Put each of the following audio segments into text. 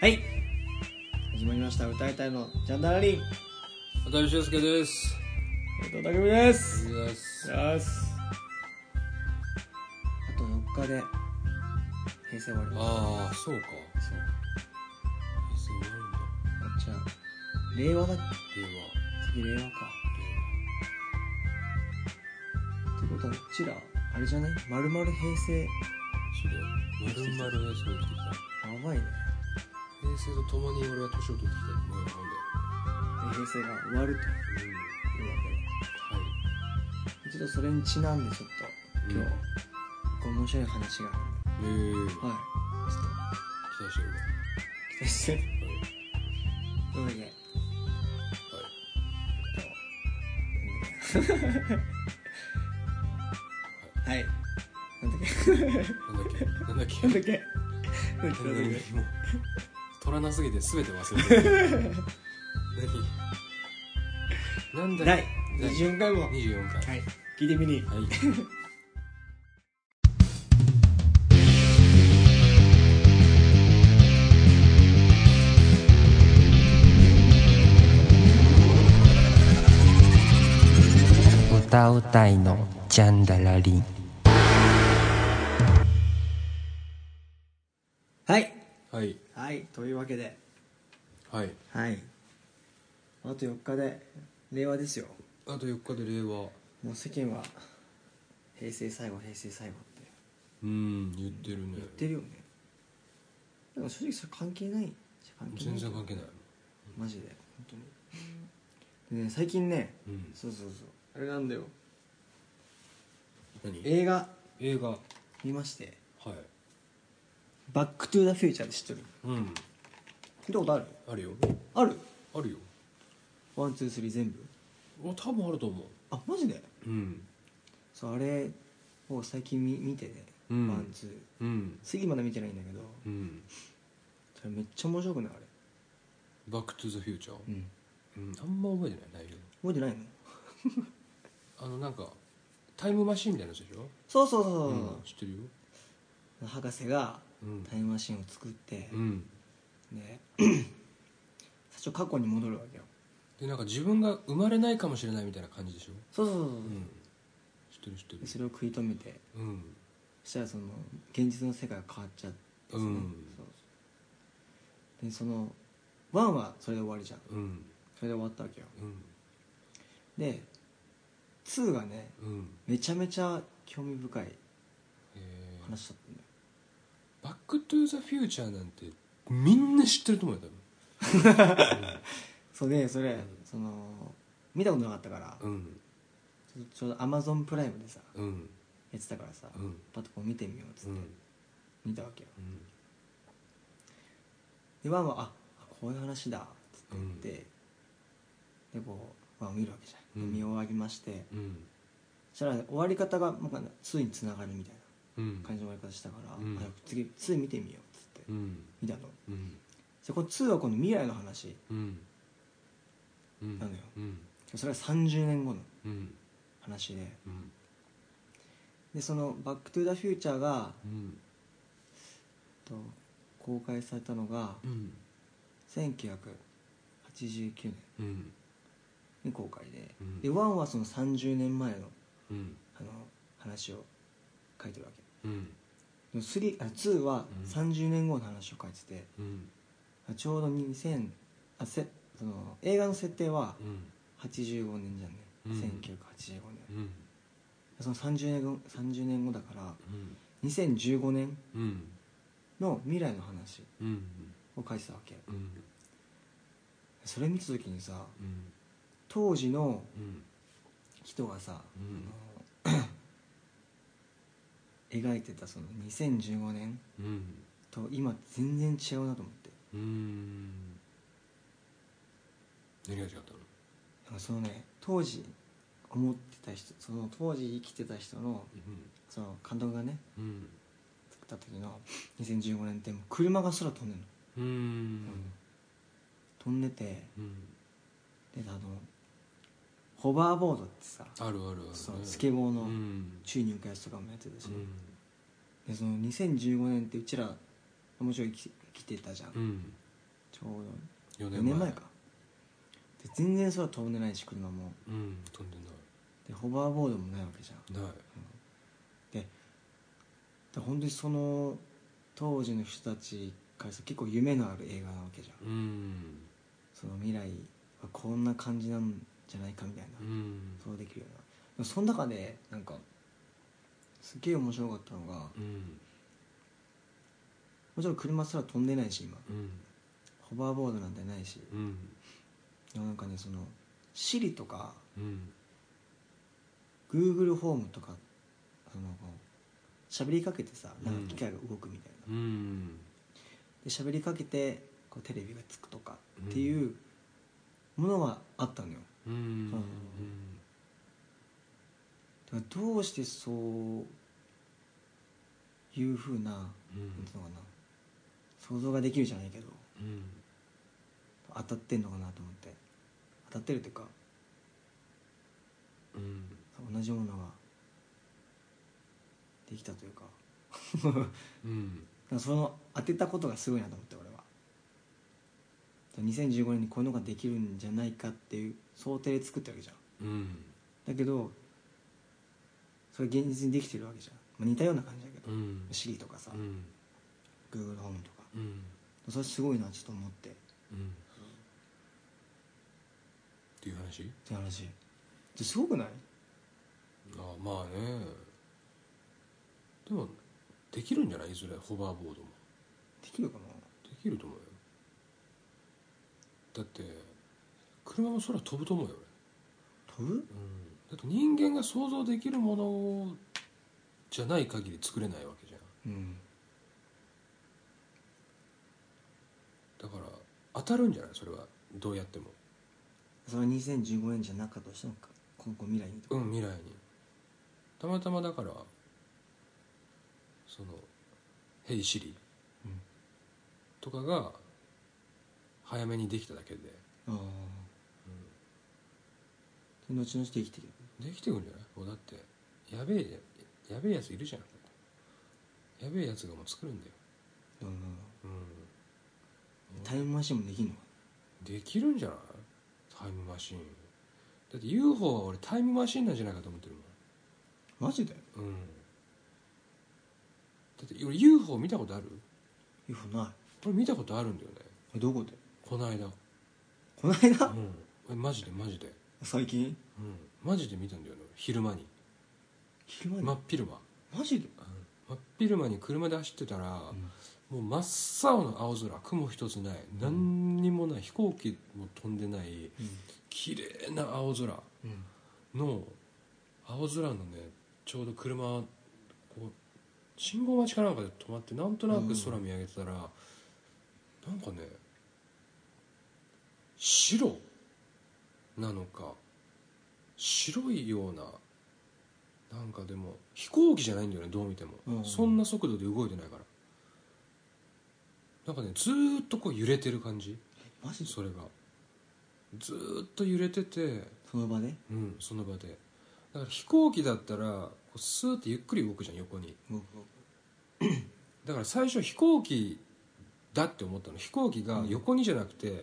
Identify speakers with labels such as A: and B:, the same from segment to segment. A: はい始まりました歌いたいのジャンダラリン
B: 渡辺俊介です。
A: 伊藤匠です
B: おはようございます。
A: よしあと4日で平成終わりま
B: ああ、そうか。
A: すそう
B: 平成終わるんだ。
A: あっちゃん令和だ
B: 令和。
A: 次令和かってことはうちらあれじゃないまるまる平成や
B: 令和。そうだよ。まるまるそう生きてきた。
A: ばいね
B: 平成とともに俺は年を取ってきたよ。もうや
A: 平成が終わると
B: ばいんだよ。
A: いうわけでちょっとそれにちなんでちょっと今日、こう面白い話があ
B: うん。はい。ええー。
A: るんではい
B: ちょっと期
A: 期待 してるどうだっけはいなんだっけ
B: 待してるわ。はい。はい。なんだっけ。なんだっけ。
A: なんだっけ
B: なんだっけもう。取らなすぎて全て忘れてる。何。なんだ
A: 第
B: っけ。
A: 24回もは
B: 二十四回。
A: い聞いてみに
B: はい。
C: 歌うたいのジャンダラリン
A: はい
B: はい。
A: はいというわけで
B: はい。
A: はいあと4日で令和ですよ
B: あと4日で令和。
A: もう世間は平成最後平成最後って
B: うん、言ってるね。
A: 言ってるよねでも正直それ関係ないじゃ関係な
B: 全
A: い
B: 然関係ない。
A: マジで本当にでね最近ね
B: うん。
A: そうそうそうあれなんだよ
B: 何
A: 映画
B: 映画。は
A: 見まして
B: い。
A: 「バック・トゥ・ザ・フューチャー」で知ってる
B: うん。
A: 聞いたことある
B: あるよ。
A: ある
B: あるよ。
A: ワンツースリー全部
B: お多分あると思う。
A: あマジで
B: うん。
A: そうあれを最近見見てね、
B: うん
A: ワンツー
B: うん。
A: 次まだ見てないんだけど
B: うん。
A: それめっちゃ面白くないあれ
B: バックトゥザフューチャー。
A: うん
B: うん。あんま覚えてない内容。
A: 覚えてないの
B: あの、なんか、タイムマシンみたいなやつでしょ
A: そうそうそうそう
B: うん。知ってるよ。
A: 博士が
B: うん。
A: タイムマシンを作って
B: う、ん。
A: で 最初過去に戻るわけよ
B: で、なんか自分が生まれないかもしれないみたいな感じでしょ
A: そうそうそうそう、
B: うん。知ってる知ってる
A: で。それを食い止めて
B: うん。
A: そしたらその現実の世界が変わっちゃってそ
B: う
A: うそ
B: ん。
A: うでそのワンはそれで終わりじゃん
B: うん。
A: それで終わったわけよ
B: うん。
A: で2がね
B: うん。
A: めちゃめちゃ興味深い
B: えー
A: 話だったんだよ
B: バックトゥザフューチャーなんてみんな知ってると思うよ
A: そうねそれ、
B: ん
A: その見たことなかったから、
B: 多分
A: ちょちょうどアマゾンプライムでさ
B: うんうん
A: やってたからさ、
B: うん
A: パッとこう見てみようっつって、
B: うん
A: 見たわけよ
B: うん
A: でワンはあこういう話だっつって言って、でこうワンを見るわけじゃん、
B: うん
A: 見終わりまして
B: うん
A: そしたら終わり方がなんか2につながるみたい
B: うん
A: な感じの終わり方したから、
B: うん
A: あ次2見てみようっつって、
B: うん
A: 見たの
B: うん
A: そこの2はこの未来の話
B: うんうん
A: なのよ
B: うん
A: それが30年後の
B: うん
A: 話で
B: うん
A: でその「バック・トゥ・ザ・フューチャーが」
B: うん
A: と公開されたのが
B: うん
A: 1989年
B: うん
A: に公開で
B: うん
A: で1はその30年前の
B: うん
A: あの話を書いてるわけ
B: うん
A: でも3あ2は
B: うん
A: 30年後の話を書いてて
B: うん
A: あちょうど2000あせその映画の設定は
B: うん
A: 85年じゃんね
B: うん
A: 1985
B: う
A: 年
B: ん
A: その30年後30年後だから
B: うん
A: 2015年
B: うん
A: の未来の話
B: うん
A: を書いてたわけ
B: うん
A: それ見た時にさ
B: うん
A: 当時の
B: うん
A: 人がさ、
B: うん
A: あの描いてたその2015年
B: うん
A: と今全然違うなと思って
B: うん何が違ったの
A: なんかそのね当時思ってた人その当時生きてた人の
B: うん
A: その監督がね
B: うん
A: 作った時の2015年ってもう車が空飛んでるの、
B: うん
A: 飛んでて
B: うん
A: であのホバーボードってさ
B: あるあるある
A: そ
B: ね
A: のスケボーの
B: うん
A: 宙に浮かやつとかもやってたし、
B: う
A: でその2015年ってうちらもちろん生き生きてたじゃん、
B: ん
A: ちょう
B: 4
A: ど4年前かで全然空飛んでないし車も
B: うん飛んで
A: でホバーボードもないわけじゃん
B: ないない
A: で本当にその当時の人たちからすると結構夢のある映画なわけじゃん
B: うん
A: その未来はこんな感じなんじゃないかみたいな、
B: うん
A: そうできるようなでもその中でなんかすげえ面白かったのがも
B: うん
A: ちろん車すら飛んでないし今
B: うん
A: ホバーボードなんてないし
B: うん
A: でもなんかねその Siri とか
B: うん、
A: Google ホームとかそのこう喋りかけてさなん
B: うん
A: か機械が動くみたいな、
B: うん、
A: で喋りかけてこうテレビがつくとかっていうものはあったのよ
B: うん、うん
A: だからどうしてそういうふうな
B: うん
A: なんていうのかな想像ができるじゃないけど
B: うん
A: 当たってんのかなと思って当たってるっていうか
B: うん
A: 同じものができたというか
B: うん
A: なんかその当てたことがすごいなと思って俺は2015年にこういうのができるんじゃないかっていう想定で作ってるわけじゃん
B: うん
A: だけどそれ現実にできてるわけじゃん、まあ、似たような感じだけど、
B: うん
A: シリ Siri とかさ、
B: うん
A: Google ホームとか
B: うん
A: それすごいなちょっと思ってっ
B: うんっていう話
A: て話ですごくない
B: あまあねでもできるんじゃないいずれホバーボードも
A: できるかな
B: できると思うよだって車も空飛ぶと思うよ
A: 飛ぶ
B: 俺、だって人間が想像できるものじゃない限り作れないわけじゃん
A: うん
B: だから当たるんじゃないそれはどうやっても
A: それは2015年じゃなかったとしてもか今後未来にとか
B: うん未来にたまたまだからその「ヘイシリ
A: うん」
B: とかが早めにできただけで
A: ああ、で後々できてる
B: できてくんじゃないもうだってやべえやべえやついるじゃんやべえやつがもう作るんだよ、
A: どんどんどん
B: う
A: タイムマシンもできんのか
B: ん、できるんじゃないタイムマシンだって UFO は俺タイムマシンなんじゃないかと思ってるもん
A: マジで
B: うんだって俺 UFO 見たことある
A: UFO な
B: 俺見たことあるんだよね
A: いどこで
B: この間
A: この間
B: うんえマジでマジで
A: 最近
B: うんマジで見たんだよね昼間に
A: 昼間に、
B: 真っ昼間
A: マジで、
B: うん真っ昼間に車で走ってたら、もう真っ青の青空雲一つない何にもない飛行機も飛んでない綺麗な青空
A: うん
B: の青空のねちょうど車こう信号待ちかなんかで止まってなんとなく空見上げてたら、なんかね白なのか白いようななんかでも飛行機じゃないんだよねどう見ても、
A: うん
B: そんな速度で動いてないからなんかねずーっとこう揺れてる感じ
A: マジで
B: それがずーっと揺れてて
A: その場で
B: うんその場でだから飛行機だったらこうスーってゆっくり動くじゃん横に
A: 動く
B: だから最初飛行機だって思ったの飛行機が横にじゃなくて、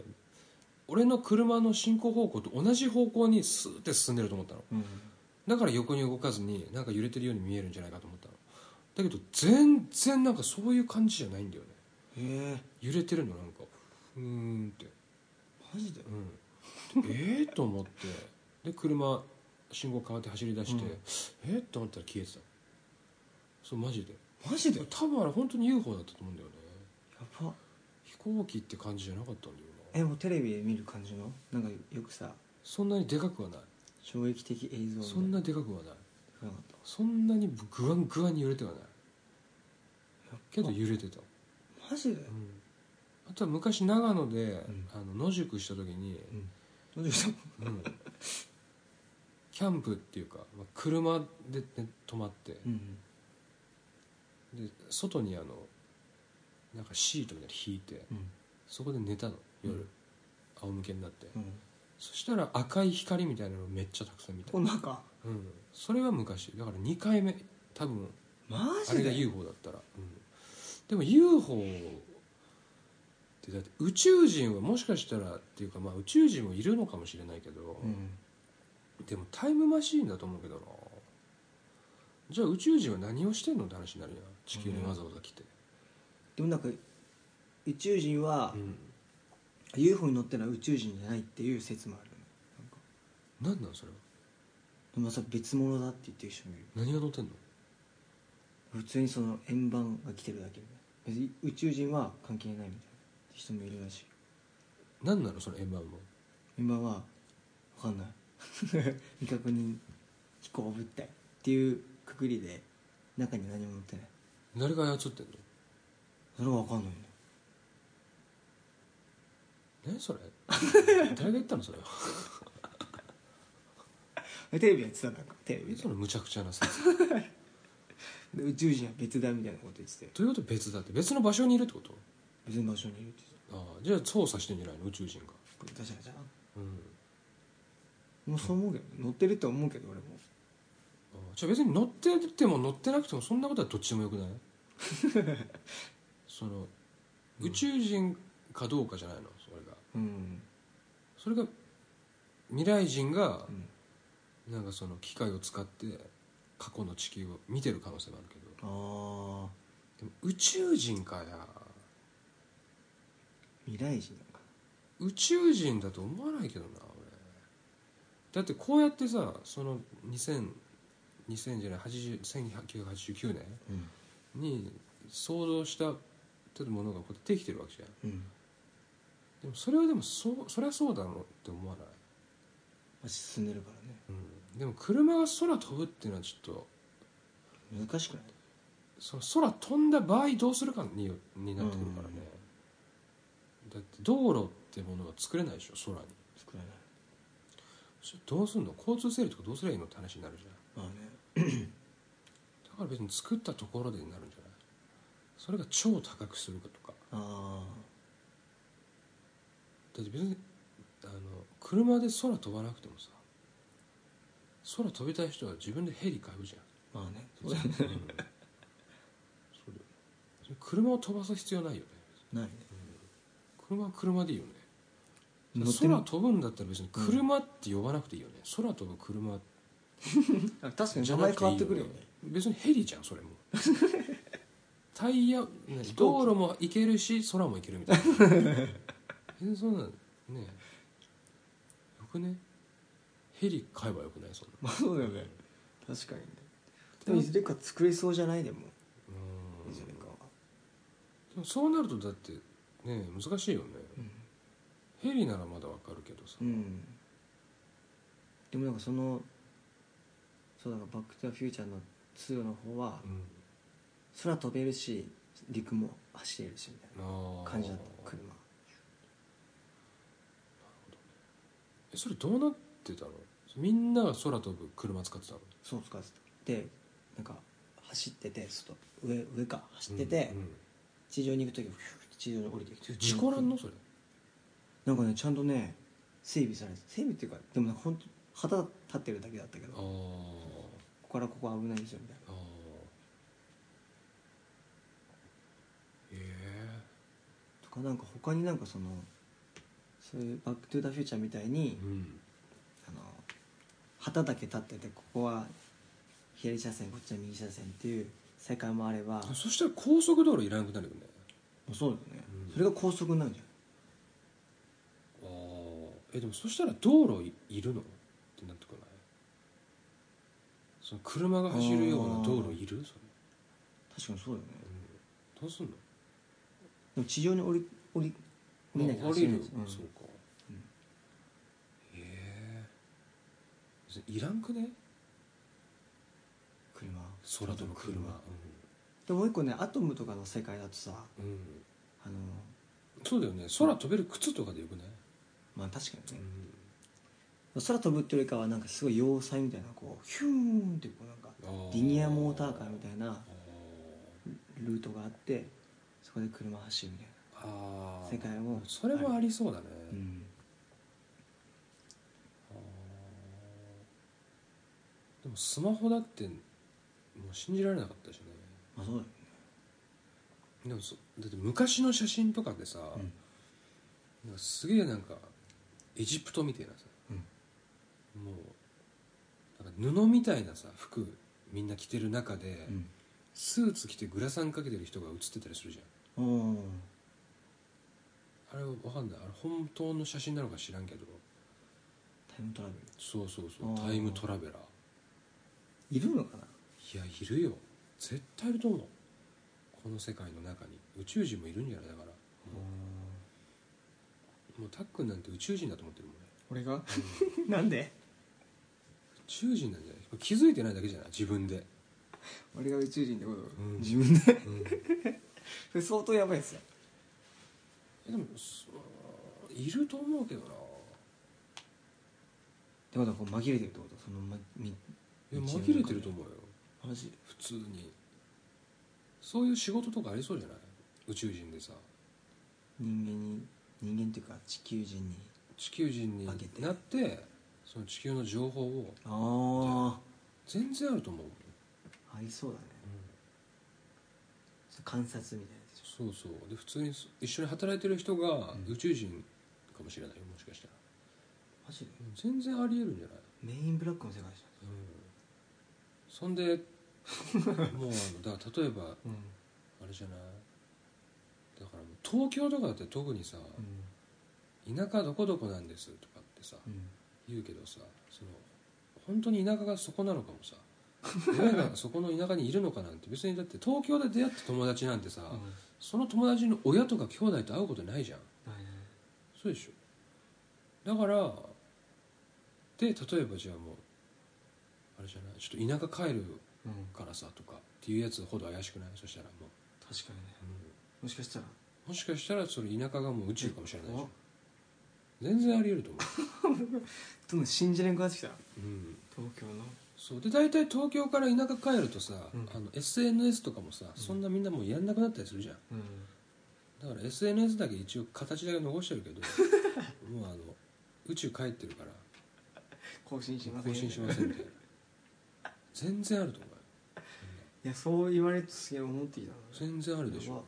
B: 俺の車の進行方向と同じ方向にスーって進んでると思ったの
A: うん
B: だから横に動かずになんか揺れてるように見えるんじゃないかと思ったのだけど全然なんかそういう感じじゃないんだよね
A: へえ
B: 揺れてるのなんかうーんって
A: マジで
B: うん、でえ えと思ってで車信号変わって走り出して、
A: うん
B: えっと思ったら消えてたそうマジで
A: マジでや
B: 多分あれ本当に UFO だったと思うんだよね
A: ば
B: 飛行機って感じじゃなかったんだよな
A: えもうテレビで見る感じのなんかよくさ
B: そんなにでかくはない
A: 衝撃的映像みたい
B: そんなでかくはない
A: なかった
B: そんなにグワングワンに揺れてはない
A: やっぱ
B: けど揺れてた、
A: マジで
B: うんあとは昔長野で、
A: ん
B: あの野宿した時に、
A: うんどうした
B: うんキャンプっていうか、まあ車で、ね、泊まって、
A: うん
B: で外にあのなんかシートみたいなの引いて
A: うん
B: そこで寝たの夜、
A: うん
B: 仰向けになって、
A: うん
B: そしたら赤い光みたいなのをめっちゃたくさん見た、
A: この中
B: うん、それは昔だから2回目多分
A: マ
B: あ
A: ジ
B: れ
A: で
B: が UFO だったら、うんでも UFO っでだって宇宙人はもしかしたらっていうか、まあ、宇宙人もいるのかもしれないけど、
A: うん
B: でもタイムマシーンだと思うけどなじゃあ宇宙人は何をしてんのって話になるやん地球にわざわざ来て、
A: でもなんか宇宙人は、
B: うん、
A: UFO に乗ってるのは宇宙人じゃないっていう説もあるなんか
B: 何なんそれは
A: でもさ別物だって言ってる人もいる
B: 何が乗ってんの
A: 普通にその円盤が来てるだけみたいな別に宇宙人は関係ないみたいな人もいるらしい
B: 何なのその円盤も
A: 今は分かんない 未確認飛行物体っていうくくりで中に何も乗ってない
B: 誰が操ってんの
A: それが分かんないんだよ
B: 何それ 誰が言ったのそれは
A: えテレビやってたなんかテレビ
B: え
A: で
B: その無茶苦茶なさ
A: で宇宙人は別だみたいなこと言ってて
B: ということは別だって別の場所にいるってこと
A: 別の場所にいるって
B: ああじゃあ操作してんじゃないの宇宙人が
A: 言ってたガチャガチャ
B: うん
A: もうそう思うけど乗ってると思うけど俺も
B: ああじゃあ別に乗ってても乗ってなくてもそんなことはどっちでもよくないその宇宙人かどうかじゃないのそれが
A: うん
B: それが未来人が
A: うん
B: なんかその機械を使って過去の地球を見てる可能性もあるけど
A: ああ
B: でも宇宙人かや
A: 未来人なのか
B: 宇宙人だと思わないけどな俺だってこうやってさその2000 2000じゃない80 1989年
A: うん
B: に想像したちょっとものがこうやってできてるわけじゃん
A: うん
B: でもそれはでもそうそりゃそうだろうって思わない、
A: 進んでるからね
B: うん、でも車が空飛ぶっていうのはちょっと
A: 難しくない
B: その空飛んだ場合どうするかによになってくるからね、だって道路ってものは作れないでしょ空に
A: 作らない
B: それどうすんの交通整理とかどうすりゃいいのって話になるじゃん
A: まあね
B: だから別に作ったところでになるんじゃないそれが超高くするかとか
A: あ
B: だって別にあの車で空飛ばなくてもさ空飛びたい人は自分でヘリ買うじゃん
A: あまあね
B: うん そうだよ車を飛ばす必要ないよ
A: な
B: ね
A: いね
B: 車は車でいいよね
A: 乗って
B: 空
A: も
B: 飛ぶんだったら別に車って呼ばなくていいよね、空飛ぶ車
A: あ確かに
B: じ
A: 名
B: ゃな
A: 前
B: くてい
A: 変
B: い
A: わってくるよね
B: 別にヘリじゃ んそれもタイヤ何道路も行けるし空も行けるみたいな全然そんなのねえよくねヘリ買えばよくないそんな
A: まあそうだよね確かにね
B: で
A: で
B: も
A: もいずれか作れそうじゃないでも
B: う
A: い
B: ん
A: ずれかは
B: でもそうなるとだってねえ難しいよね
A: うん、
B: ヘリならまだわかるけどさ、
A: でもなんかそのそうだから「バック・トゥ・ザ・フューチャー」の2の方は
B: うん
A: 空飛べるし陸も走れるしみたい
B: あ
A: な
B: あ
A: 感じだった車
B: えそれどうなってたのみんなが空飛ぶ車使ってたの
A: そう使ってたでなんか走ってて外上上か走ってて、
B: うんうん
A: 地上に行く時フューって地上に降りてきて
B: 事故らんのそれ
A: なんかねちゃんとね整備されて整備っていうかでもなんか本当旗立ってるだけだったけど
B: あ
A: こ
B: あ
A: こからここ危ないですよみたいな
B: ああえ
A: とかなんか他になんかそのそういう「バック・トゥ・ザ・フューチャー」みたいに、
B: えうん
A: あの旗だけ立っててここは左車線こっちは右車線っていう世界もあれば
B: あそしたら高速道路いらなくなるよね
A: そうだよね
B: うん
A: それが高速になるんじゃない
B: ああえでもそしたら道路いいるのってなってこないその車が走るような道路いるそれ、
A: 確かにそうだよね
B: うん、どうすんの
A: でも地上に降り降り降りない
B: あ降りる、
A: うん
B: そうか、
A: うん
B: ええそれいらんくね
A: 車
B: 空飛ぶ車
A: でもう一個ねアトムとかの世界だとさ
B: うん、うん、
A: あの
B: そうだよね空飛べる靴とかでよくない、
A: まあ確かにね、
B: ん、
A: 空飛ぶっていうよりかはなんかすごい要塞みたいなこうヒューンってこうなんかリニアモーターカーみたいなルートがあってそこで車走るみたい
B: あー
A: 世界も
B: それはありそうだね、
A: な、うん、
B: あーでもスマホだってもう信じられなかったしね
A: まあそうだよね
B: でもそだって昔の写真とかでさ、
A: うん
B: なんかすげえなんかエジプトみたいなさ、もうなんか布みたいなさ服みんな着てる中で、
A: うん
B: スーツ着てグラサンかけてる人が写ってたりするじ
A: うん
B: ゃんあれわかんないあれ本当の写真なのか知らんけど
A: タイムトラベ
B: そうそうそ
A: あ
B: う
A: ー
B: タイムトラベラー
A: ルいるのかない
B: やいるよ絶対いると思うこの世界の中に宇宙人もいるんじゃないだからもうもうタックンなんて宇宙人だと思ってるも
A: 俺
B: んね
A: が なんで
B: 宇宙人なんじゃないこれ気づいてないだけじゃない自分で、
A: 俺が宇宙人ってこと、
B: うん
A: 自分で
B: うん
A: それ相当やばいっすよ
B: えでもそういると思うけどな
A: ってことはこう紛れてるってことそのまみ
B: いや
A: 宇宙の中で
B: 紛れてると思うよ
A: マジ
B: 普通にそういう仕事とかありそうじゃない宇宙人でさ
A: 人間に人間っていうか地球人に
B: 地球人に
A: 化けて
B: なってその地球の情報を
A: あ
B: 全然あると思う、
A: あありそうだねそれ観察みたいなやつでしょ
B: そうそうで普通にそ一緒に働いてる人が
A: うん
B: 宇宙人かもしれないよもしかしたら
A: マジで
B: 全然ありえるんじゃない、
A: メインブラックの世界でし
B: うん、そんでもうあのだから例えば
A: ょ
B: あれじゃないだからもう東京とかだって特にさ、
A: う
B: 田舎どこどこなんですとかってさ、
A: んうん
B: 言うけどさその本当に田舎がそこなのかもさ親がそこの田舎にいるのかなんて別にだって東京で出会った友達なんてさ、
A: うん
B: その友達の親とか兄弟と会うことないじゃん
A: ないない
B: そうでしょだからで例えばじゃあもうあれじゃないちょっと田舎帰る
A: うん
B: からさとかっていうやつほど怪しくないそしたらもう、
A: 確かにねもしかしたら
B: もしかしたらそれ田舎がもう宇宙かもしれないじゃん
A: え
B: 全然あり得ると思
A: どんどん信じれんくなってきた
B: う、うん、
A: 東京の
B: そうで大体東京から田舎帰るとさ、
A: うん
B: あの SNS とかもさ、そんなみんなもうやんなくなったりするじゃん
A: うん
B: だから SNS だけ一応形だけ残してる けどもうあの宇宙帰ってるから
A: 更新しません
B: 更新しませんみたいな全然あると思うよ
A: いやそう言われるとすげえ思ってきたな
B: 全然あるでし
A: やば
B: ょ、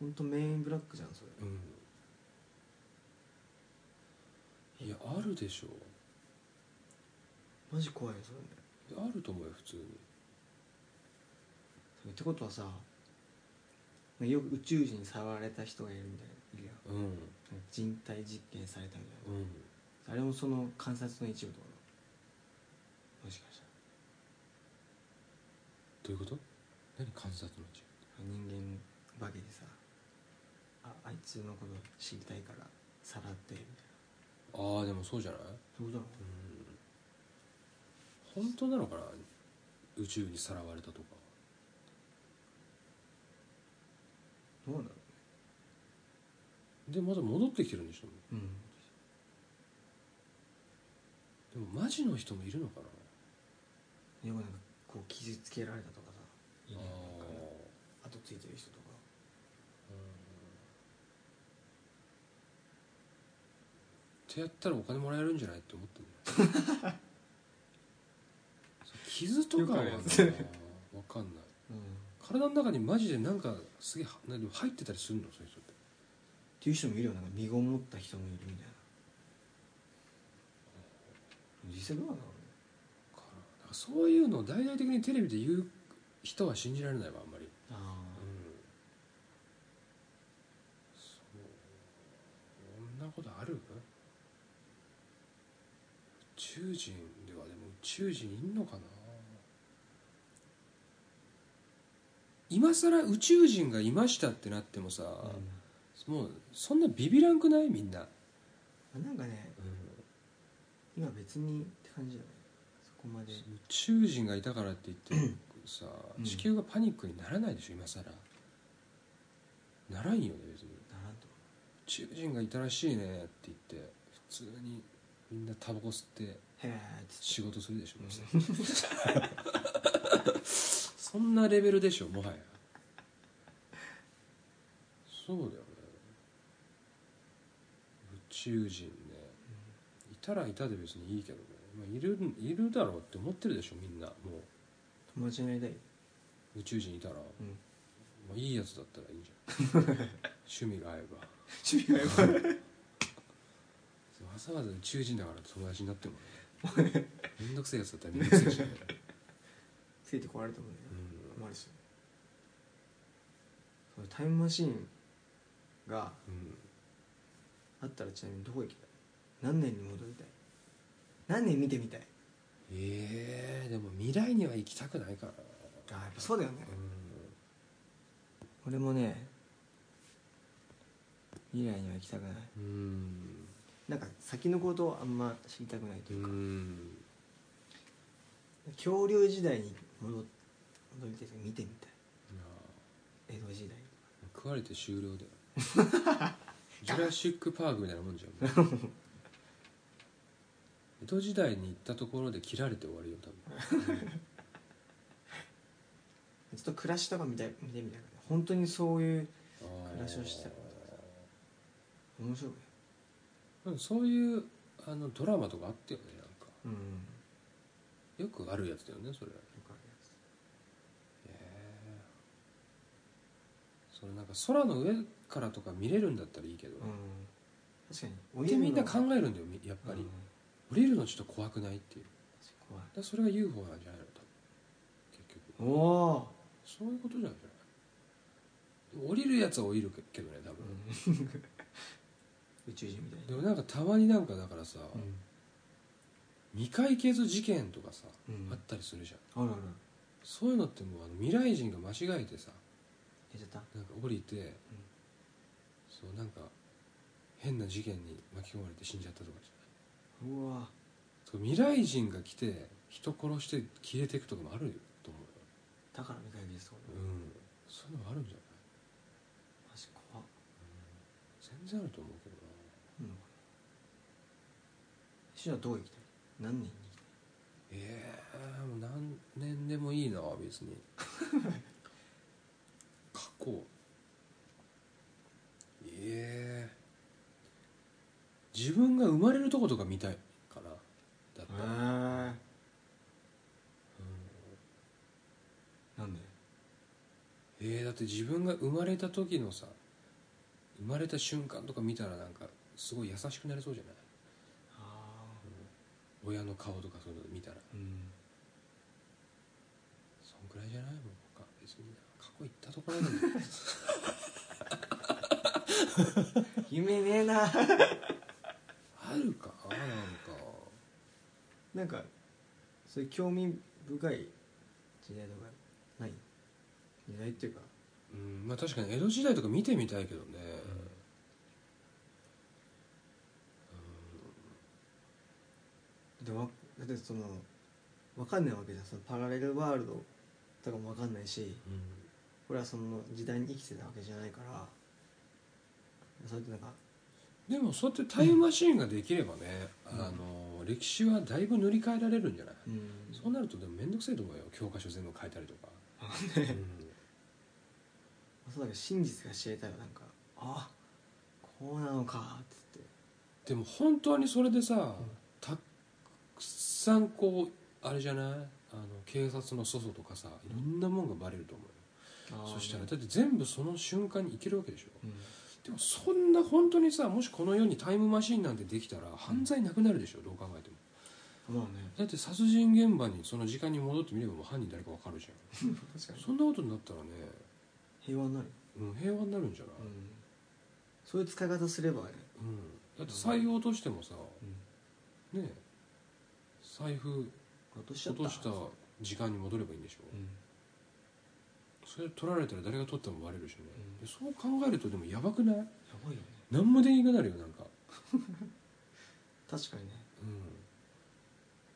A: ほんとメインブラックじゃんそれ
B: うん、いやあるでしょ
A: マジ怖いよそれね
B: いやあると思うよ普通に
A: それってことはさよく宇宙人に触られた人がいるみたいないるやん
B: うん
A: 人体実験されたみたい
B: うん
A: なあれもその観察の一部とかなもしかした
B: どういうこと何観察のうち
A: ら人間化けでさああいつのこと知りたいからさらってみたいな
B: ああでもそうじゃない
A: そうだろ
B: うん本当なのかな宇宙にさらわれたとか
A: どうなの
B: でまだ戻ってきてるんでしょ
A: うん
B: でもマジの人もいるのかな
A: よくなんかこう傷つけられたとかさいるやんなんかね
B: あ
A: 後ついてる人とか
B: ーってやったらお金もらえるんじゃないって思ってる そう傷とかはな
A: よ
B: わ
A: くあるや
B: かんない
A: うんっ
B: 体の中にマジでなんかすげえはなでも入ってたりするのそういう人って
A: ていう人もいるよなんか身ごもった人もいるみたいな実際どうなの
B: かななんかそういうのを大々的にテレビで言う人は信じられないわあんまり
A: あ
B: うん
A: あ
B: そうそんなことある宇宙人ではでも宇宙人いんのかな今さら宇宙人がいましたってなってもさ、もうそんなビビらんくないみんな、
A: なんかね今別にって感じだねそこまで
B: 宇宙人がいたからって言ってさ、
A: うん
B: 地球がパニックにならないでしょ今さらならんよね別に
A: ならんと
B: 宇宙人がいたらしいねって言って普通にみんなタバコ吸って
A: へえっつ
B: 仕事するでしょ
A: うん
B: もう そんなレベルでしょもはやそうだよね宇宙人ねいたらいたで別にいいけどね、まあ、いるいるだろうって思ってるでしょみんなも
A: 友達になりたい、
B: う宇宙人いたら、ま
A: うん、
B: あ、いいやつだったらいいじゃん趣味が合えば
A: 趣味がやっぱ
B: わざわざ宇宙人だから友達になっても ねめんどくせえやつだったらめんどくせえしね、
A: ついてこられてもね
B: うん
A: 困るしそのタイムマシンが
B: うん、
A: あったらちなみにどこ行きたい何年に戻りたい何年見てみたい
B: ええでも未来には行きたくないからな
A: あやっぱそうだよね
B: う
A: 俺もね未来には行きたくない
B: ん
A: なんか先のことをあんま知りたくないと
B: う
A: いうか、
B: ん
A: 恐竜時代に戻っ戻りたいというか見てみたい
B: いや
A: 江戸時代
B: 食われて終了だよ ジュラシック・パークみたいなもんじゃんもう江戸時代に行ったところで切られて終わるよ多分、
A: ちょっと暮らしとか見たい見てみたいからね本当にそういう
B: あー
A: 暮らしをしてたから面白いよ
B: でもそういうあのドラマとかあったよねなんか
A: うん
B: よくあるやつだよねそれ
A: よくあるやつ
B: へえそれなんか空の上からとか見れるんだったらいいけど、
A: うん確かにお
B: ってみんな考
A: やっ
B: えるんだよみやっぱり、降りるのちょっと怖くないっていう
A: 怖い
B: だからそれが UFO なんじゃないの多分結局
A: おお
B: そういうことじゃないじゃない降りるやつは降りるけどね多分、
A: ー、うん、宇宙人みたい
B: でもなんかたまになんかだからさ、
A: な
B: 未解決事件とかさ、
A: うん
B: あったりするじゃん
A: うんあるある
B: そういうのってもうあの未来人が間違えてさ
A: 出ちゃった
B: なんか降りて、そうなんか変な事件に巻き込まれて死んじゃったとかじゃな
A: うわ
B: いそう未来人が来て人殺して消えていくとかもあると思うよ
A: だから未解決そう
B: う
A: だね
B: んそういうのもあるんじゃない
A: マジ怖っ
B: 全然あると思うけどな
A: うんシュナどこ行きたい何年に行きたい
B: ええもう何年でもいいな別 に過去ええ自分が生まれるとことか見たいかなだったら、うん
A: へえなんで
B: えーだって自分が生まれた時のさ生まれた瞬間とか見たらなんかすごい優しくなりそうじゃない
A: あ
B: 親の顔とかそういうの見たら
A: あうん
B: そんくらいじゃないもんか別にな過去行ったところでも
A: 夢ねえな
B: あるかななんか
A: なんかそういう興味深い時代とかない時代っていうか
B: うんまあ確かに江戸時代とか見てみたいけどね、
A: でわだってそのわかんないわけじゃんそのパラレルワールドとかもわかんないし
B: うん
A: 俺はその時代に生きてたわけじゃないからそうやってなんか
B: でもそうやってタイムマシーンができればね、
A: うん
B: あの歴史はだいぶ塗り替えられるんじゃない、
A: うん
B: そうなるとでも面倒くせえと思うよ教科書全部変えたりとか、う
A: そう
B: ん
A: だけど真実が知れたらなんかあこうなのかっつって
B: でも本当にそれでさ、たっくさんこうあれじゃないあの警察の外とかさいろんなもんがバレると思うよ、そしたらだって全部その瞬間に行けるわけでしょ、
A: うん
B: でもそんな本当にさもしこの世にタイムマシンなんてできたら犯罪なくなるでしょ、どう考えても
A: まあね
B: だって殺人現場にその時間に戻ってみればもう犯人誰かわかるじゃ
A: 確か
B: ん
A: に
B: そんなことになったらね、
A: 平和になる、
B: うん、平和になるんじゃない、
A: うん、そういう使い方すればね、
B: うんだって採用としてもさねえ財布
A: 落としちゃっ
B: 落
A: た
B: とした時間に戻ればいいんでしょ、
A: うん
B: それ取られたら誰が取ってもバレるしね、
A: うん
B: でそう考えるとでもやばくない
A: やばいよね
B: 何もできなくなるよなんか
A: 確かにね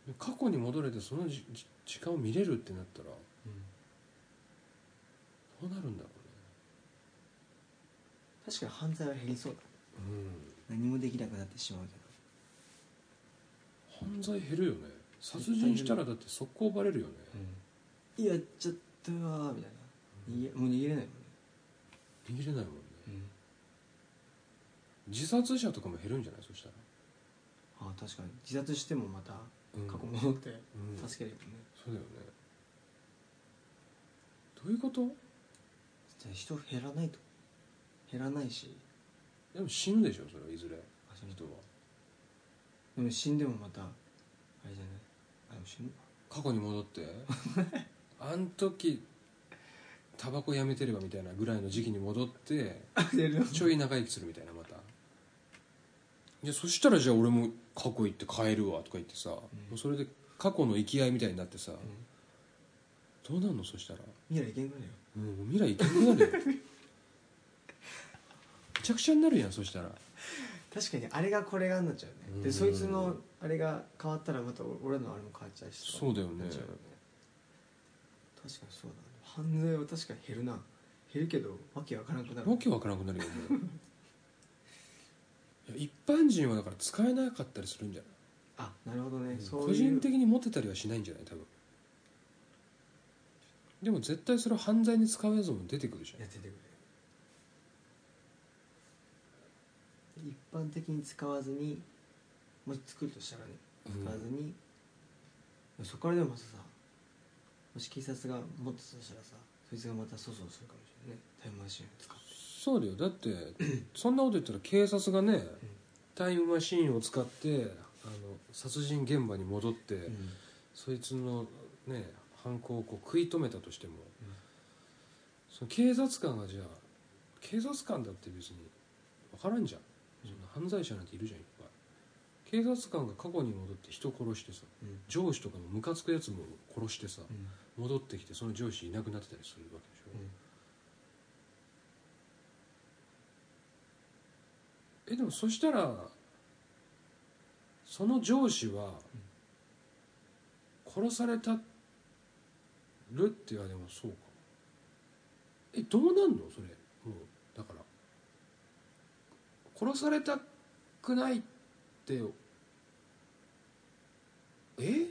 B: うん、過去に戻れてそのじじ時間を見れるってなったらどうなるんだろ
A: 確かに犯罪は減りそうだ
B: うね、うん、
A: 何もできなくなってしまうけど
B: 犯罪減るよね殺人したらだって速攻バレるよね、
A: いややっちゃったわーみたいな逃げもう逃げれないもんね、
B: 逃げれないもんね自殺者とかも減るんじゃないそしたら、
A: ああ確かに自殺してもまた
B: うん
A: 過去戻って
B: うん
A: 助けるよね、
B: そうだよねどういうこと
A: じゃあ人減らないと減らないし
B: でも死ぬでしょそれはいずれ
A: あ死ぬ
B: 人は
A: でも死んでもまたあれじゃないあでも死ぬか
B: 過去に戻って あん時タバコやめてればみたいなぐらいの時期に戻って
A: あやるの
B: ちょい長生きするみたいなまたいやそしたらじゃあ俺も過去行って変えるわとか言ってさ、もうそれで過去の生き合いみたいになってさ、どうなんのそしたら、
A: 未来いけんくなるよ
B: うん、もう未来行けなくな るよめちゃくちゃになるやんそしたら
A: 確かにあれがこれがになっちゃうね
B: う
A: で
B: ん
A: そいつのあれが変わったらまた俺のあれも変わっちゃうし
B: そうだよね
A: なっちゃ確かにそうだね犯罪は確かに減るな減るけどわけわからなくなる
B: わけわからなくなるよも ういや一般人はだから使えなかったりするんじゃない
A: あなるほどね、そういう
B: 個人的に持ってたりはしないんじゃない多分でも絶対それを犯罪に使うやつも出てくるじゃ
A: や
B: ん
A: っててくれ一般的に使わずにもし作るとしたらね
B: うん
A: 使わずに、そこからでもまたさもし警察が持ってたとしたらさそいつがまた粗相するかもしれないねタイムマシンを使って
B: そうだよだってそんなこと言ったら警察がねタイムマシーンを使ってあの殺人現場に戻って、
A: うん
B: そいつのね犯行をこう食い止めたとしても、その警察官がじゃあ警察官だって別に分からんじゃんそんな犯罪者なんているじゃんいっぱい警察官が過去に戻って人殺してさ
A: うん
B: 上司とかのムカつくやつも殺してさ、
A: うん
B: 戻ってきてその上司いなくなってたりするわけでしょ、えでもそしたらその上司は殺されたるって言われもそうかえどうなんのそれもうだから殺されたくないってえ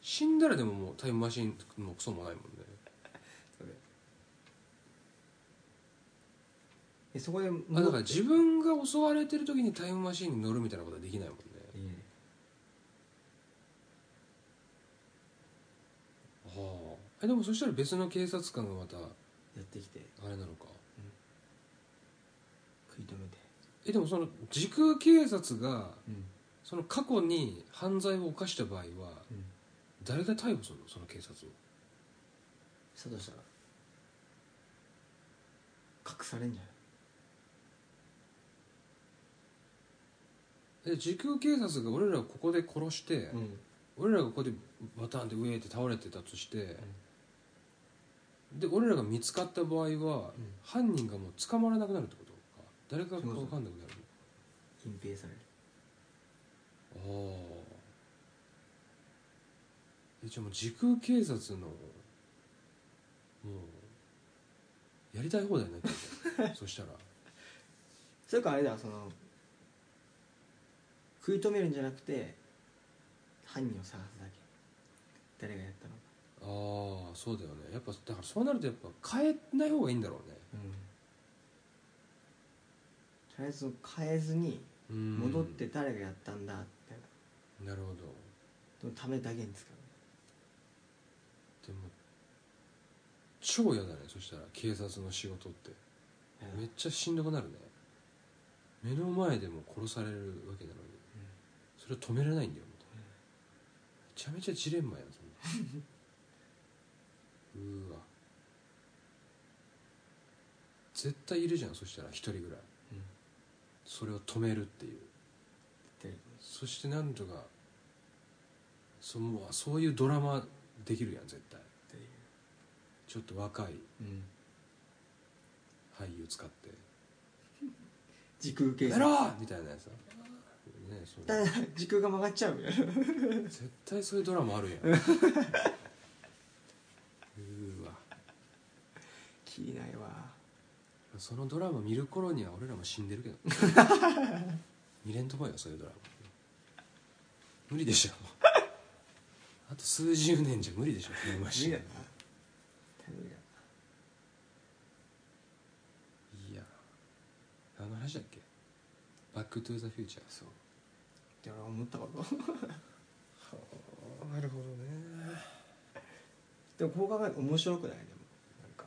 B: 死んだらでももうタイムマシンもクソもないもんね
A: それえそこで
B: あだから
A: 戻って
B: 自分が襲われてる時にタイムマシンに乗るみたいなことはできないもんね
A: いいね
B: はあえでもそしたら別の警察官がまたあ
A: やってきて
B: れなのか
A: 食い止めて
B: えでもその時空警察が
A: うん
B: その過去に犯罪を犯した場合は
A: うん
B: 誰が逮捕するのその警察を
A: したとしたら隠されんじゃない
B: え時空警察が俺らをここで殺して、
A: うん
B: 俺らがここでバタンでウェーって倒れてたとして、で俺らが見つかった場合は、
A: ん
B: 犯人がもう捕まらなくなるってことか誰かが分かんなくなる
A: 隠蔽される
B: ああえじゃあもう時空警察のもうやりたい放題になっちゃ うじゃんそしたら
A: それかあれだその食い止めるんじゃなくて犯人を探すだけ誰がやったのか
B: ああそうだよねやっぱだからそうなるとやっぱ変えない方がいいんだろうね
A: うんとりあえず変えずに
B: うん
A: 戻って誰がやったんだみたいな、
B: なるほど
A: でもためだけに使う
B: でも超嫌だねそしたら警察の仕事って
A: やだ
B: めっちゃしんどくなるね目の前でも殺されるわけなのに、それを止められないんだよ、めちゃめちゃジレンマやんそんなうーわ絶対いるじゃんそしたら一人ぐらい、
A: うん
B: それを止めるっていう
A: ってる
B: そしてなんとかそもうそういうドラマできるやん絶対
A: っていう
B: ちょっと若い
A: うん
B: 俳優使って
A: 時空
B: 「
A: 計
B: や
A: 算
B: ろう!」みたいなやつだねそう
A: だから 時空が曲がっちゃうみたいな
B: 絶対そういうドラマあるやんうーわ
A: 気にないわ
B: そのドラマ見る頃には俺らも死んでるけど見れんと思うよそういうドラマ無理でしょあと数十年じゃ無理でしょタイムマシン
A: 無理だな頼りだ
B: いやあの話だっけバックトゥーザフューチャーそう
A: って俺は思ったこと
B: なるほどね
A: でもこう考えると面白くないでもなんか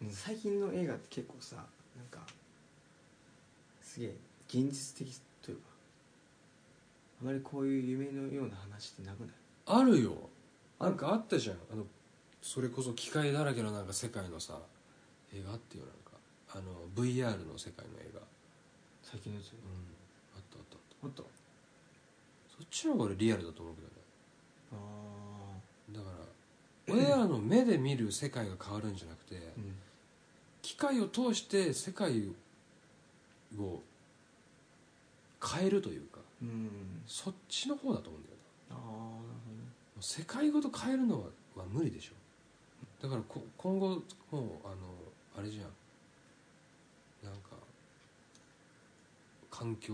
A: も最近の映画って結構さなんかすげえ現実的というかあまりこういう夢のような話ってなくない
B: あるよなんかあったじゃんあのそれこそ機械だらけのなんか世界のさ映画あっていうなんかあの VR の世界の映画
A: 最近のやつ
B: うんあったあったあっ
A: もっと
B: たそっちの方が俺リアルだと思うけどね
A: あ
B: だから俺らの目で見る世界が変わるんじゃなくて、
A: あうん
B: 機械を通して世界を変えるというか
A: うん
B: そっちの方だと思うんだよな
A: ああなるほ
B: もう世界ごと変えるのはは無理でしょだからこ今後もうあのあれじゃんなんか環境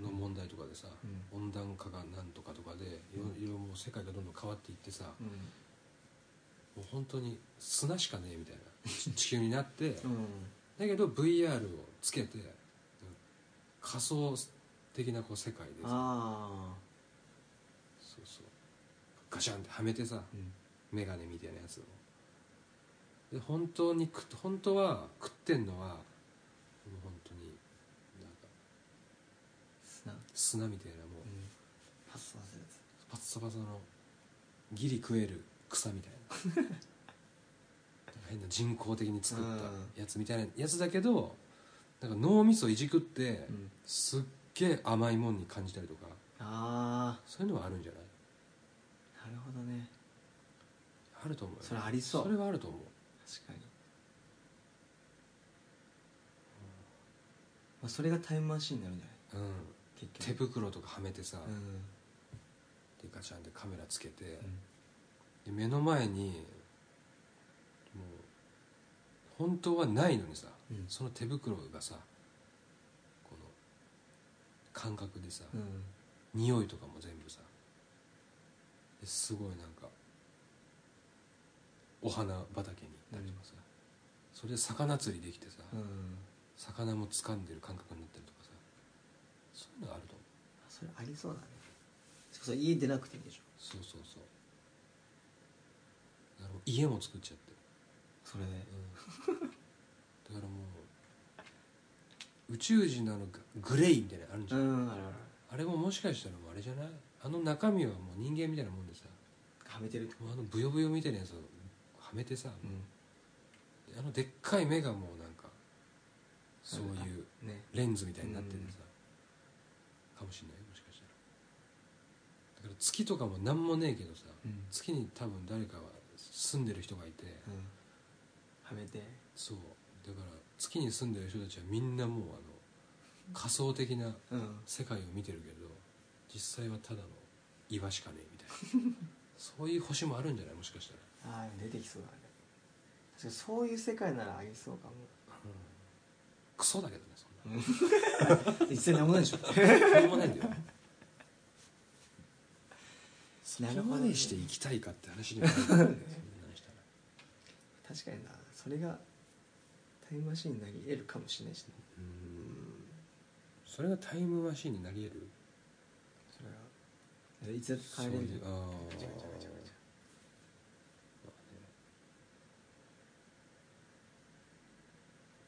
B: の問題とかでさ、
A: どね
B: 温暖化がなんとかとかでいろいろもう世界がどんどん変わっていってさ
A: うん
B: もう本当に砂しかねえみたいな地球になっ
A: う
B: て、
A: ん
B: だけど VR をつけて仮想的なこう世界でさ
A: ああ
B: そうそうガシャンってはめてさ
A: うん
B: メガネみたいなやつをで本当に食っ本当は食ってんのはもう本当になんか
A: 砂うん
B: 砂みたいなもう
A: パスさせるやつ
B: パッサパサのギリ食える草みたいな なんか変な人工的に作ったやつみたいなやつだけどなんか脳みそいじくって
A: うん
B: すっげえ甘いもんに感じたりとか
A: あ
B: そういうのはあるんじゃない
A: あなるほどね
B: あると思うよ
A: それありそう
B: それはあると思う
A: 確かに、まあ、それがタイムマシンになるんじゃない
B: うん手
A: 結局
B: 袋とかはめてさ、
A: うん
B: でガチャンでカメラつけて、
A: うん
B: で目の前にもう本当はないのにさ、
A: うん
B: その手袋がさこの感覚でさ、
A: うん
B: 匂いとかも全部さですごいなんかお花畑に行ったりとかさ、それで魚釣りできてさ、
A: うん
B: 魚も掴んでる感覚になったりとかさそういうのあると思う
A: それありそうだねそうそう家出なくていいんでしょ
B: そうそうそうだから家も作っちゃって
A: それで
B: うん、だからもう宇宙人なのかグレイみたいなのあるんじゃ、
A: うんんあるある
B: あれももしかしたらもうあれじゃないあの中身はもう人間みたいなもんでさ
A: はめてるって
B: もうあのブヨブヨみたいなやつをはめてさ、
A: う
B: あのでっかい目がもうなんかそういう
A: ね
B: レンズみたいになっててさ、かもしんないもしかしたらだから月とかも何もねえけどさ、
A: うん
B: 月に多分誰かは住んでる人がいて、
A: うんはめて
B: そうだから月に住んでる人たちはみんなもうあの仮想的な
A: うん
B: 世界を見てるけど実際はただの岩しかねえみ たいなそういう星もあるんじゃないもしかしたら、
A: ああ出てきそうだね確かにそういう世界ならありそうかも
B: クソだけどねそん な
A: 一切何もないでしょ
B: 何もないんだよそ
A: なる
B: こ
A: ほど
B: ま
A: ね
B: でして生きたいかって話にもなるんだよねそんなんしたら
A: 確かになそれがタイムマシンになり得るかもしれないしね
B: うんそれがタイムマシーンになり得る
A: それはいつだって変えれるじゃん
B: そういうあー
A: ガチャガチャガチャガチャ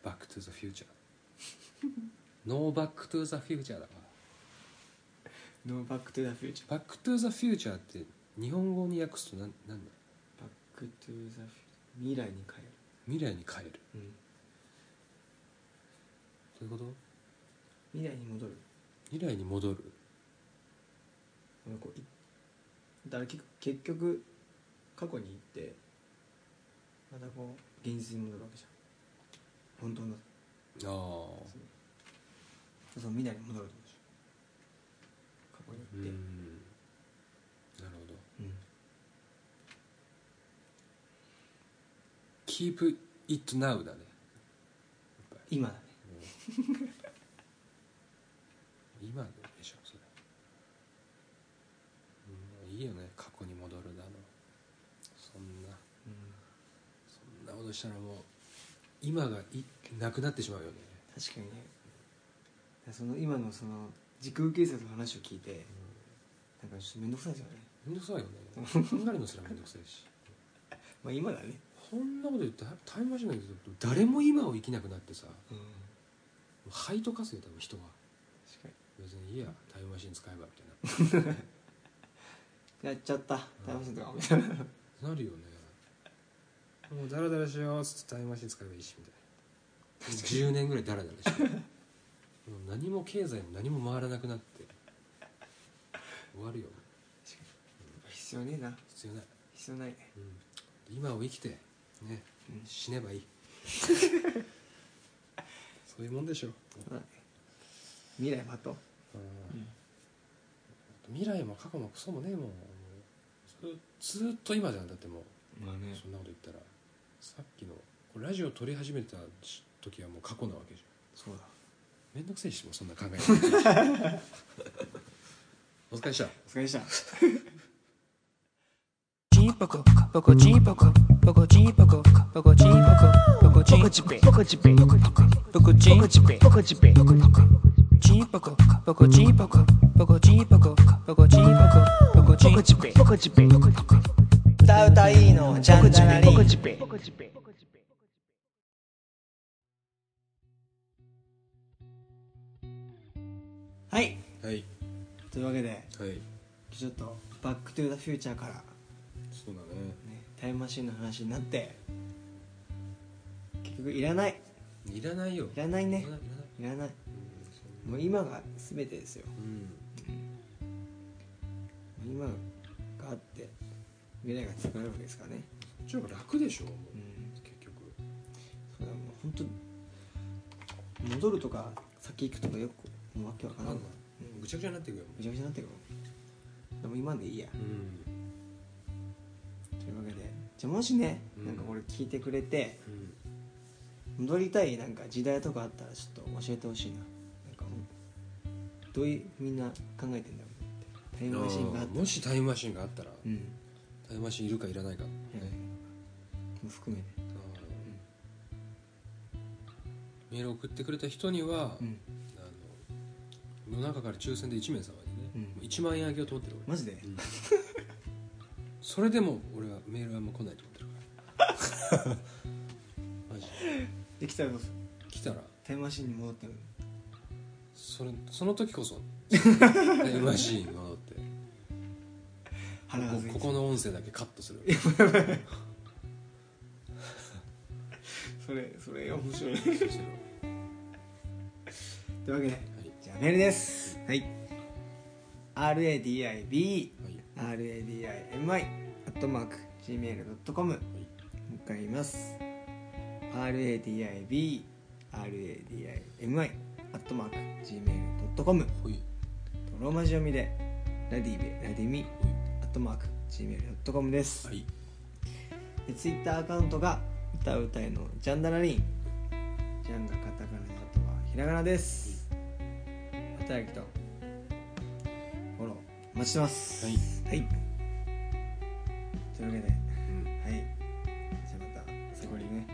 B: バック・トゥ・ザ・フュー チャーノーバック・トゥ・ザ・フューチャーだから
A: ノーバックトゥザフューチャー
B: バック・トゥ・ザ・フューチャーって日本語に訳すと何なんだ
A: バックトゥザフューチャー未来に変え
B: 未来に変える
A: る、うん、
B: そういうこと
A: 未来に戻る
B: 未来に戻る
A: 俺こういだから結結局過去に行ってまたこう現実に戻るわけじゃん本当の
B: ああ
A: そのその未来に戻るってことでしょ過去に行
B: う
A: って、
B: んなるほど
A: うん
B: Keep it now だねやっぱり
A: 今だね
B: うん 今でしょそれ、うん、いいよね過去に戻るだのそんな
A: うん
B: そんなことしたらもう今がいなくなってしまうよね
A: 確かにねその今のその時空警察の話を聞いてなんかちょっと面倒くさいですよね
B: めんどくさいよね考えるのすらめんどくさいし
A: まあ今だね
B: そんなこと言ってタイムマシンなんて誰も今を生きなくなってさも
A: うん
B: う灰と化すよ多分人は
A: 確か
B: 別にいいやタイムマシン使えばみたいな
A: にやっちゃったタイムマシンとかみたいな
B: なるよねもうダラダラしようっつってタイムマシン使えばいいしみたいな10年ぐらいダラダラしてもう何も経済も何も回らなくなって終わるよ
A: 必要ねえな
B: 必要ない、
A: 必要ないね
B: うん、今を生きてね
A: うん
B: 死ねば いいそういうもんでしょ
A: そうだね未来はとうん
B: 未来も過去もクソもねえもんずずーっと今じゃんだってもう
A: まあね
B: そんなこと言ったらさっきのこれラジオ撮り始めた時はもう過去なわけじ
A: そうだ
B: ゃんめんどくせえしもうそんな考えない お疲れっした
A: お疲れでした
D: チンポコポコチンポコポコチンポコポコチンポコポコチンポコチンポコチンポコポコチンポコチンポコチンポコチンポコポコチンポコポコチンポコポコチンポコポコチンポコチンポコチンポコ
A: 歌うたいいのジャンジャラリン
D: ポコチン
A: はい
B: はい
A: というわけで
B: はい
A: ちょっとバックトゥーザフューチャーから、
B: そうだね
A: ね、タイムマシンの話になって結局いらない
B: いらないよ
A: いらないね
B: いらないいら
A: い
B: ない
A: らない
B: うん
A: もう今が全てですよ
B: うん
A: 今があって未来が作れるわけですからね
B: こっちの方が楽でしょもう
A: うん
B: 結局
A: そうだもう本当戻るとか先行くとかよくもうわけわか
B: あ
A: ら
B: なんん
A: ない
B: だぐちゃぐちゃになっていくよも
A: ぐちゃぐちゃになってるもんでも今でいいや
B: ううん
A: というわけでじゃあもしね
B: うん
A: なんかこれ聞いてくれて
B: うん
A: 戻りたいなんか時代とかあったらちょっと教えてほしいななんかもうどういうみんな考えてんだろうってタイムマシンがあ
B: あ
A: っ
B: ー
A: た
B: もしタイムマシンがあったら
A: うん、
B: タイムマシンいるかいらないかね
A: もう含めて
B: あーメールを送ってくれた人には、
A: うん
B: あの世の中から抽選で1名様にね、
A: うん
B: もう1万円あげようと思ってる俺、
A: マジで
B: うんそれでも俺はメールはもう来ないと思ってるからマジで
A: できたらどうする
B: 来たら
A: タイムマシンに戻ってる
B: それその時こそタイムマシーンに戻って
A: 腹が
B: こ
A: 付い
B: こ
A: て
B: この音声だけカットする
A: それそれ面白い
B: そうするは
A: というわけで
B: い
A: じゃあメールですはい RADIB
B: はい
A: RADIMI アットマーク Gmail.com もう
B: はい
A: 一回言います RADIB RADIMI アットマーク Gmail.com と
B: ほい
A: ローマ字読みでラディベラディミ
B: ほい
A: アットマーク Gmail.com です、
B: はい
A: で Twitter アカウントが歌う歌いのジャンダラリンジャンがカタカナであとはひらがなですお便りとフォローお待ちしてますはい、というわけで
B: うん
A: はいじゃあまたそこにね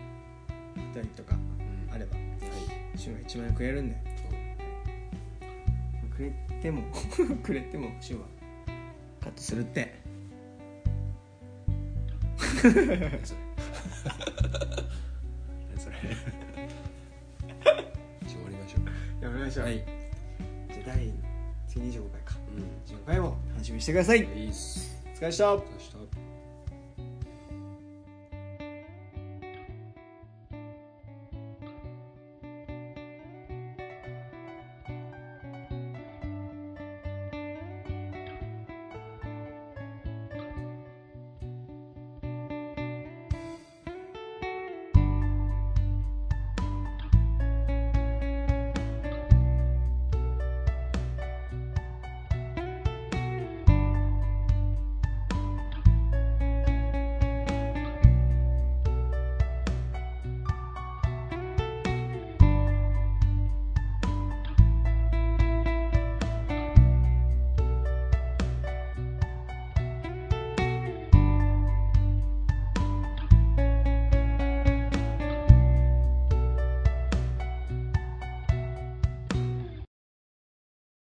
A: お便りとか
B: う
A: あ
B: んはい
A: れば週が1万円くれるんでくれても くれても週はカットするって
B: 何それ何 それじゃあ終わりましょ
A: やめまし
B: う
A: ょうはいじゃあ第次25回か
B: うん
A: 25回も楽しみにしてください
B: いいっす
A: お疲れ様でした
B: どうした